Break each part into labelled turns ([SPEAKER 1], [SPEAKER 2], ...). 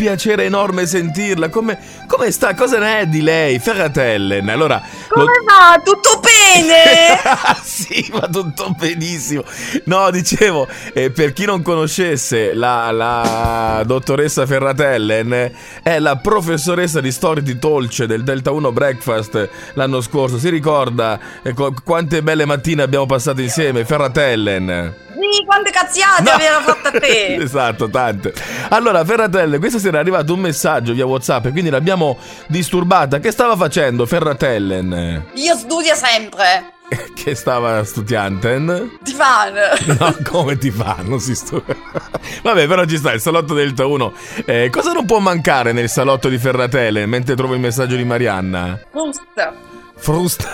[SPEAKER 1] piacere enorme sentirla. Come, come sta? Cosa ne è di lei, Ferratellen? Allora,
[SPEAKER 2] Come
[SPEAKER 1] lo-
[SPEAKER 2] va? Tutto bene?
[SPEAKER 1] Ah, sì, va tutto benissimo. No, dicevo, eh, per chi non conoscesse la, la dottoressa Ferratellen, eh, è la professoressa di storie di Tolce del Delta 1 Breakfast eh, l'anno scorso. Si ricorda eh, co- quante belle mattine abbiamo passato insieme, Ferratellen?
[SPEAKER 2] Sì, quante cazziate
[SPEAKER 1] No.
[SPEAKER 2] aveva fatto a te?
[SPEAKER 1] esatto, tante. Allora, Ferratelle, questa sera è arrivato un messaggio via WhatsApp e quindi l'abbiamo disturbata. Che stava facendo Ferratellen?
[SPEAKER 2] Io studio sempre.
[SPEAKER 1] Che stava studianten?
[SPEAKER 2] Ti fan.
[SPEAKER 1] No, come ti fa? Non si stu- Vabbè, però ci sta il salotto Delta 1. Eh, cosa non può mancare nel salotto di Ferratele mentre trovo il messaggio di Marianna?
[SPEAKER 2] Gusto.
[SPEAKER 1] Frusta.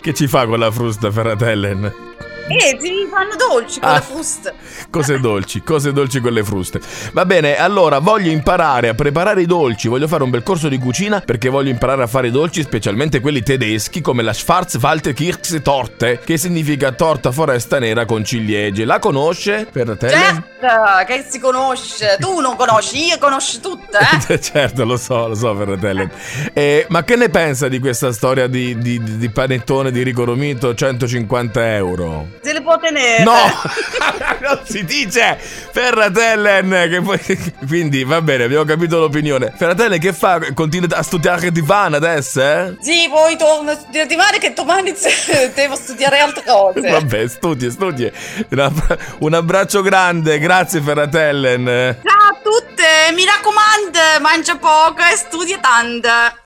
[SPEAKER 1] che ci fa con la frusta, Ferratellen?
[SPEAKER 2] Eh, ti fanno dolci con
[SPEAKER 1] Ah.
[SPEAKER 2] la frusta.
[SPEAKER 1] Cose dolci, cose dolci con le fruste. Va bene, allora voglio imparare a preparare i dolci, voglio fare un bel corso di cucina perché voglio imparare a fare i dolci, specialmente quelli tedeschi come la Schwarzwaldkirche Torte, che significa torta foresta nera con ciliegie. La conosce? Ferratelle?
[SPEAKER 2] Certo, che si conosce. Tu non conosci, io conosci tutte, eh?
[SPEAKER 1] certo, lo so, lo so, Ferratelle. Eh, ma che ne pensa di questa storia di, di- di- di panettone di Ricoromito 150 euro?
[SPEAKER 2] Se le può tenere.
[SPEAKER 1] No! non si dice! Ferratellen! Che poi... Quindi va bene, abbiamo capito l'opinione. Ferratellen che fa? Continua a studiare di van adesso, eh?
[SPEAKER 2] Sì, poi torno a studiare mare che domani se- devo studiare altre cose.
[SPEAKER 1] Vabbè, studi, studi. Un abbra- Un abbraccio grande, grazie Ferratellen.
[SPEAKER 2] Ciao a tutte, mi raccomando, mangia poco e studia tanto.